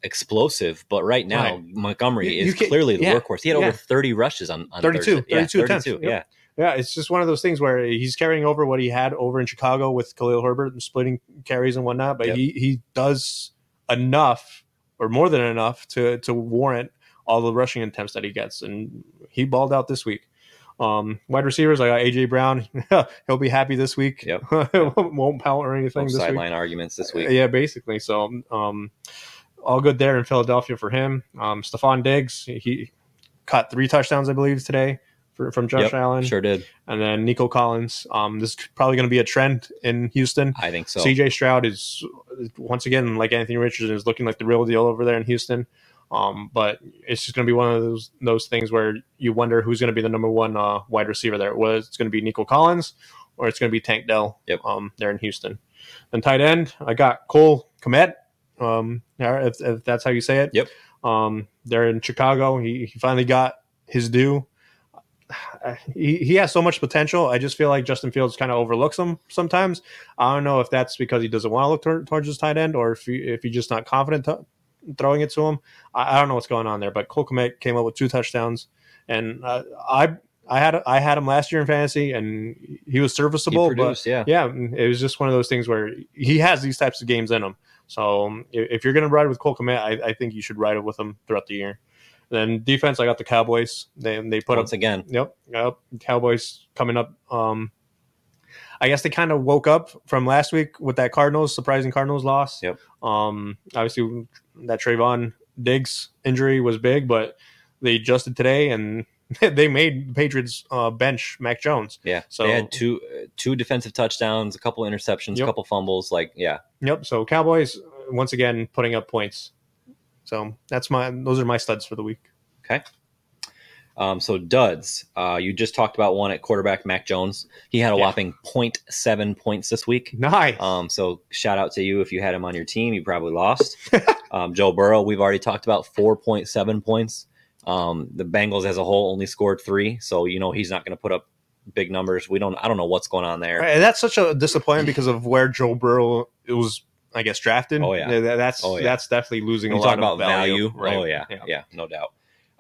explosive, but right now Montgomery You- is you can- clearly the yeah, workhorse. He had yeah. over 30 rushes on, on 32, Thursday. Yeah, 32 attempts, Yeah. yep. yeah, it's just one of those things where he's carrying over what he had over in Chicago with Khalil Herbert and splitting carries and whatnot. But Yep. he he does enough or more than enough to to warrant all the rushing attempts that he gets, and he balled out this week. Um, wide receivers, I got AJ Brown. [LAUGHS] He'll be happy this week. [LAUGHS] Yep. Won't pout or anything Both this week. Uh, sideline arguments this week. Yeah, basically. So, um, all good there in Philadelphia for him. Um, Stephon Diggs, he caught three touchdowns, I believe, today for, from Josh Yep, Allen. Sure did. And then Nico Collins. Um, this is probably going to be a trend in Houston. I think so. CJ Stroud is, once again, like Anthony Richardson, is looking like the real deal over there in Houston. Um, but it's just going to be one of those those things where you wonder who's going to be the number one uh, wide receiver there. Whether it's going to be Nico Collins or it's going to be Tank Dell Yep. um, there in Houston. And tight end, I got Cole Komet. Um, yeah, if, if that's how you say it. Yep. Um, there in Chicago, he, he finally got his due. I- He, he has so much potential. I just feel like Justin Fields kind of overlooks him sometimes. I don't know if that's because he doesn't want to look tor- towards his tight end or if he, if he's just not confident to throwing it to him. I, I don't know what's going on there, but Cole Komet came up with two touchdowns, and uh, I I had I had him last year in fantasy, and he was he serviceable, but produced, yeah. yeah, mm, it was just one of those things where he has these types of games in him. So um, if if you're going to ride with Cole Komet, I, I think you should ride it with him throughout the year. then defense, I got the Cowboys. They they put up Once again, Yep, yep. Cowboys coming up. Um, I guess they kind of woke up from last week with that Cardinals surprising Cardinals loss. Yep. Um, obviously that Trayvon Diggs injury was big, but they adjusted today and [LAUGHS] they made the Patriots uh, bench Mac Jones. yeah. So- they had two uh, two defensive touchdowns, a couple interceptions, a Yep. couple fumbles. Like, yeah, Yep. So Cowboys uh, once again putting up points. So that's my those are my studs for the week. Um, so duds, uh, you just talked about one at quarterback Mac Jones. He had a Yeah. whopping 0.7 points this week. Nice. Um, so shout out to you if you had him on your team, you probably lost. um, Joe Burrow, we've already talked about 4.7 points. Um, the Bengals as a whole only scored three, so you know he's not going to put up big numbers. We don't, I don't know what's going on there. Right, and that's such a disappointment because of where Joe Burrow it was I guess, drafted. Oh, yeah. Th- th- that's Oh, yeah. that's definitely losing You a talk lot about of value. value. Oh yeah, yeah, no doubt.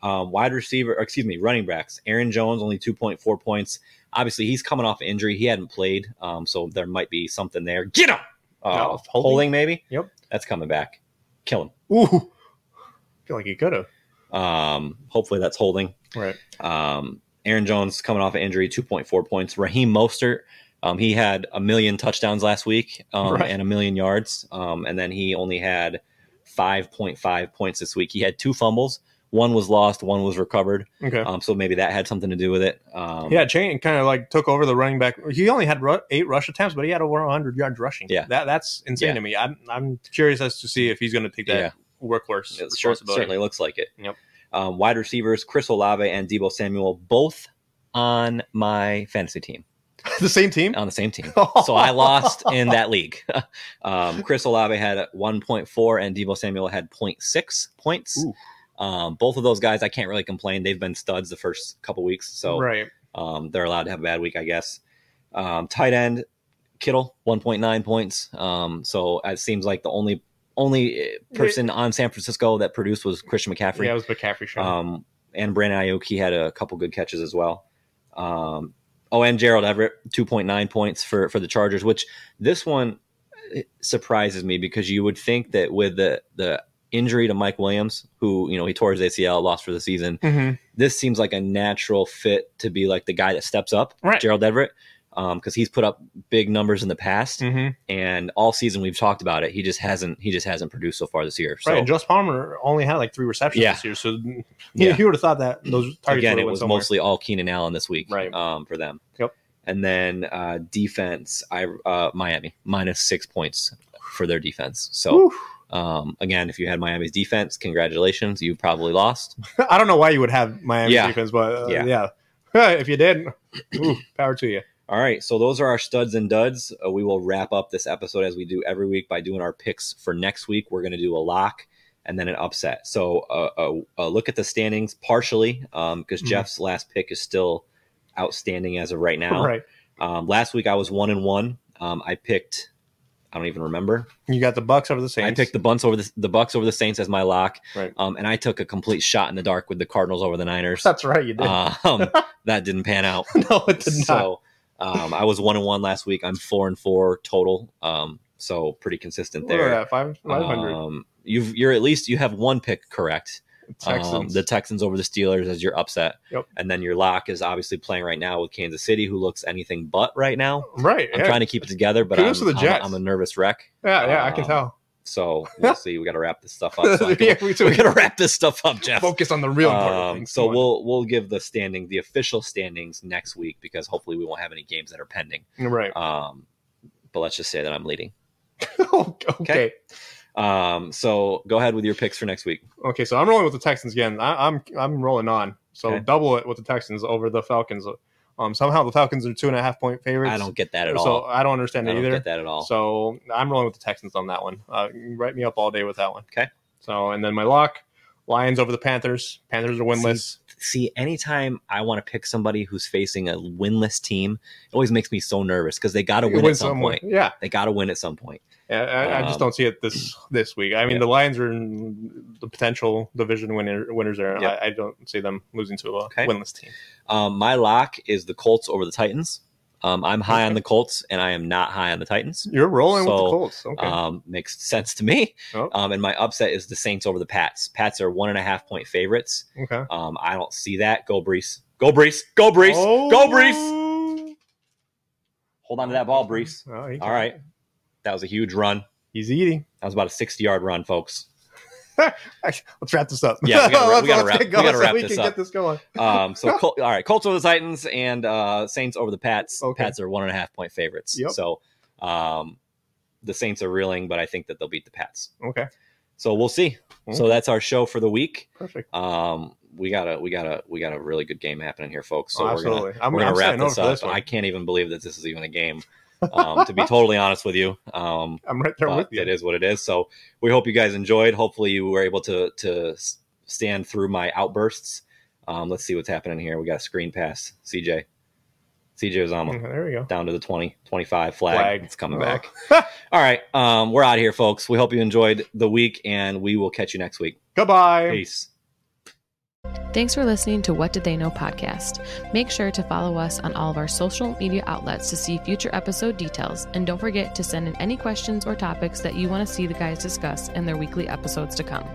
Um, wide receiver, or excuse me, running backs. Aaron Jones only two point four points. Obviously, he's coming off injury. He hadn't played, um, so there might be something there. Get him. Uh, Oh, holding. holding. maybe. Yep. that's coming back. Kill Ooh, I feel like he could have. him. Um, hopefully, that's holding. Right. Um, Aaron Jones coming off an injury, two point four points. Raheem Mostert, um, he had a million touchdowns last week um, Right. and a million yards, um, and then he only had five point five points this week. He had two fumbles. One was lost, one was recovered. Okay. Um, so maybe that had something to do with it. Um, yeah, Chain kind of like took over the running back. He only had ru- eight rush attempts, but he had over 100 yards rushing. Yeah. that that's insane Yeah. to me. I'm I'm curious as to see if he's going to take that Yeah. workhorse it cer- responsibility. certainly looks like it. Yep. Um, wide receivers Chris Olave and Debo Samuel both on my fantasy team [LAUGHS] the same team. on the same team. so I [LAUGHS] lost in that league. [LAUGHS] um, Chris Olave had 1.4 and Debo Samuel had 0.6 points. Ooh. Um, both of those guys, I can't really complain. They've been studs the first couple weeks, so right. um, they're allowed to have a bad week, I guess. Um, tight end Kittle, 1.9 points. Um, so it seems like the only only eh, person on San Francisco that produced was Christian McCaffrey. Yeah, it was McCaffrey. Show. Um, and Brandon Ayuk, he had a couple good catches as well. Um, oh, and Gerald Everett, two point nine points for for the Chargers, which this one it surprises me because you would think that with the the injury to Mike Williams, who you know he tore his ACL, lost for the season, Mhm. this seems like a natural fit to be like the guy that steps up, Right. Gerald Everett. Because he's put up big numbers in the past, Mhm. and all season we've talked about it. He just hasn't he just hasn't produced so far this year. So right. And Just Palmer only had like three receptions Yeah. this year, so mm, he, Yeah. he would have thought that those again, targets would it have went was somewhere. mostly all Keenan Allen this week, Right. Um, for them. Yep. And then uh, defense, I uh, Miami minus six points for their defense. So Whew. [LAUGHS] um, again, if you had Miami's defense, congratulations, you probably lost. I don't know why you would have Miami Yeah. defense, but uh, Yeah. yeah. [LAUGHS] if you did, [CLEARS THROAT] ooh, power to you. All right, so those are our studs and duds. Uh, we will wrap up this episode as we do every week by doing our picks for next week. We're going to do a lock and then an upset. So uh, uh, uh, look at the standings partially because Mhm. Jeff's last pick is still outstanding as of right now. Right. Um, last week I was one and one. Um, I picked, I don't even remember. You got the Bucks over the Saints. I picked the Bunts over the, the Bucks over the Saints as my lock. Right. Um, and I took a complete shot in the dark with the Cardinals over the Niners. [LAUGHS] That's right. You did. [LAUGHS] um, that didn't pan out. [LAUGHS] no, it did not. So um, I was one and one last week. I'm four and four total. Um, so pretty consistent What are we there. at, five five hundred Um, you've you're at least you have one pick correct. Texans. Um, the Texans over the Steelers as your upset, Yep. and then your lock is obviously playing right now with Kansas City, who looks anything but right now. right. I'm yeah. trying to keep it together, but I'm, Kudos to the I'm- Jets. I'm a nervous wreck. yeah, yeah, I can um, tell. [LAUGHS] So we'll see. We got to wrap this stuff up. So I yeah, can- we, [LAUGHS] so we we [LAUGHS] got to gotta wrap this stuff up, Jeff. focus on the real important Um, things. so Come on. we'll we'll give the standing, the official standings next week because hopefully we won't have any games that are pending. right. [LAUGHS] [LAUGHS] Um, but let's just say that I'm leading. okay. okay. Um, so go ahead with your picks for next week. So I'm rolling with the Texans again. I, I'm I'm rolling on. So Okay. double it with the Texans over the Falcons. Um, somehow the Falcons are two and a half point favorites. I don't get that at so all. I don't understand I it don't either. get that at all. So I'm rolling with the Texans on that one. Uh, you write me up all day with that one. Okay. So and then my lock, Lions over the Panthers. Panthers are winless. see, anytime I want to pick somebody who's facing a winless team, it always makes me so nervous because they got to It win at wins some someone. point. Yeah. They got to win at some point. Yeah, I, I just Um, don't see it this this week. I mean, yeah. the Lions are in the potential division winner, winners there. Yeah. I, I don't see them losing to a Okay. winless team. Um, my lock is the Colts over the Titans. Um, I'm high on the Colts, and I am not high on the Titans. You're rolling with So, the Colts. Okay. Um, makes sense to me. Oh. Um, and my upset is the Saints over the Pats. Pats are one and a half point favorites. okay. Um, I don't see that. Go Brees. Go Brees. Go Brees. Oh. Go Brees. Brees. Hold on to that ball, Brees. All right. That was a huge run. Oh, He's eating. That was about a 60 yard run, folks. Let's wrap this up. Yeah, [LAUGHS] we gotta- Let's- we gotta let's wrap- get we going gotta so wrap we this can up. get this going. Um, [LAUGHS] so Col- all right, Colts over the Titans and uh, Saints over the Pats. Okay. Pats are one and a half point favorites. Yep. So um, the Saints are reeling, but I think that they'll beat the Pats. Okay. So we'll see. So that's our show for the week. Perfect. Um, we got a we got a we got a really good game happening here, folks. So Oh, we're gonna absolutely. I'm, we're gonna I'm wrap staying over this for up. this one. I can't even believe that this is even a [LAUGHS] game. Um, to be totally honest with you, um, I'm right [LAUGHS] there but with you. it is what it is. So we hope you guys enjoyed. Hopefully you were able to to s- stand through my outbursts. Um, let's see what's happening here. We got a screen pass, CJ. CJ Uzama Okay, Mm, there we go. down to the 20, 25 flag. Hmm. Flag. It's coming Oh. back. [LAUGHS] All right. Um, we're out of here, folks. We hope you enjoyed the week, and we will catch you next week. Goodbye. Peace. Thanks for listening to What Did They Know podcast. Make sure to follow us on all of our social media outlets to see future episode details. And don't forget to send in any questions or topics that you want to see the guys discuss in their weekly episodes to come.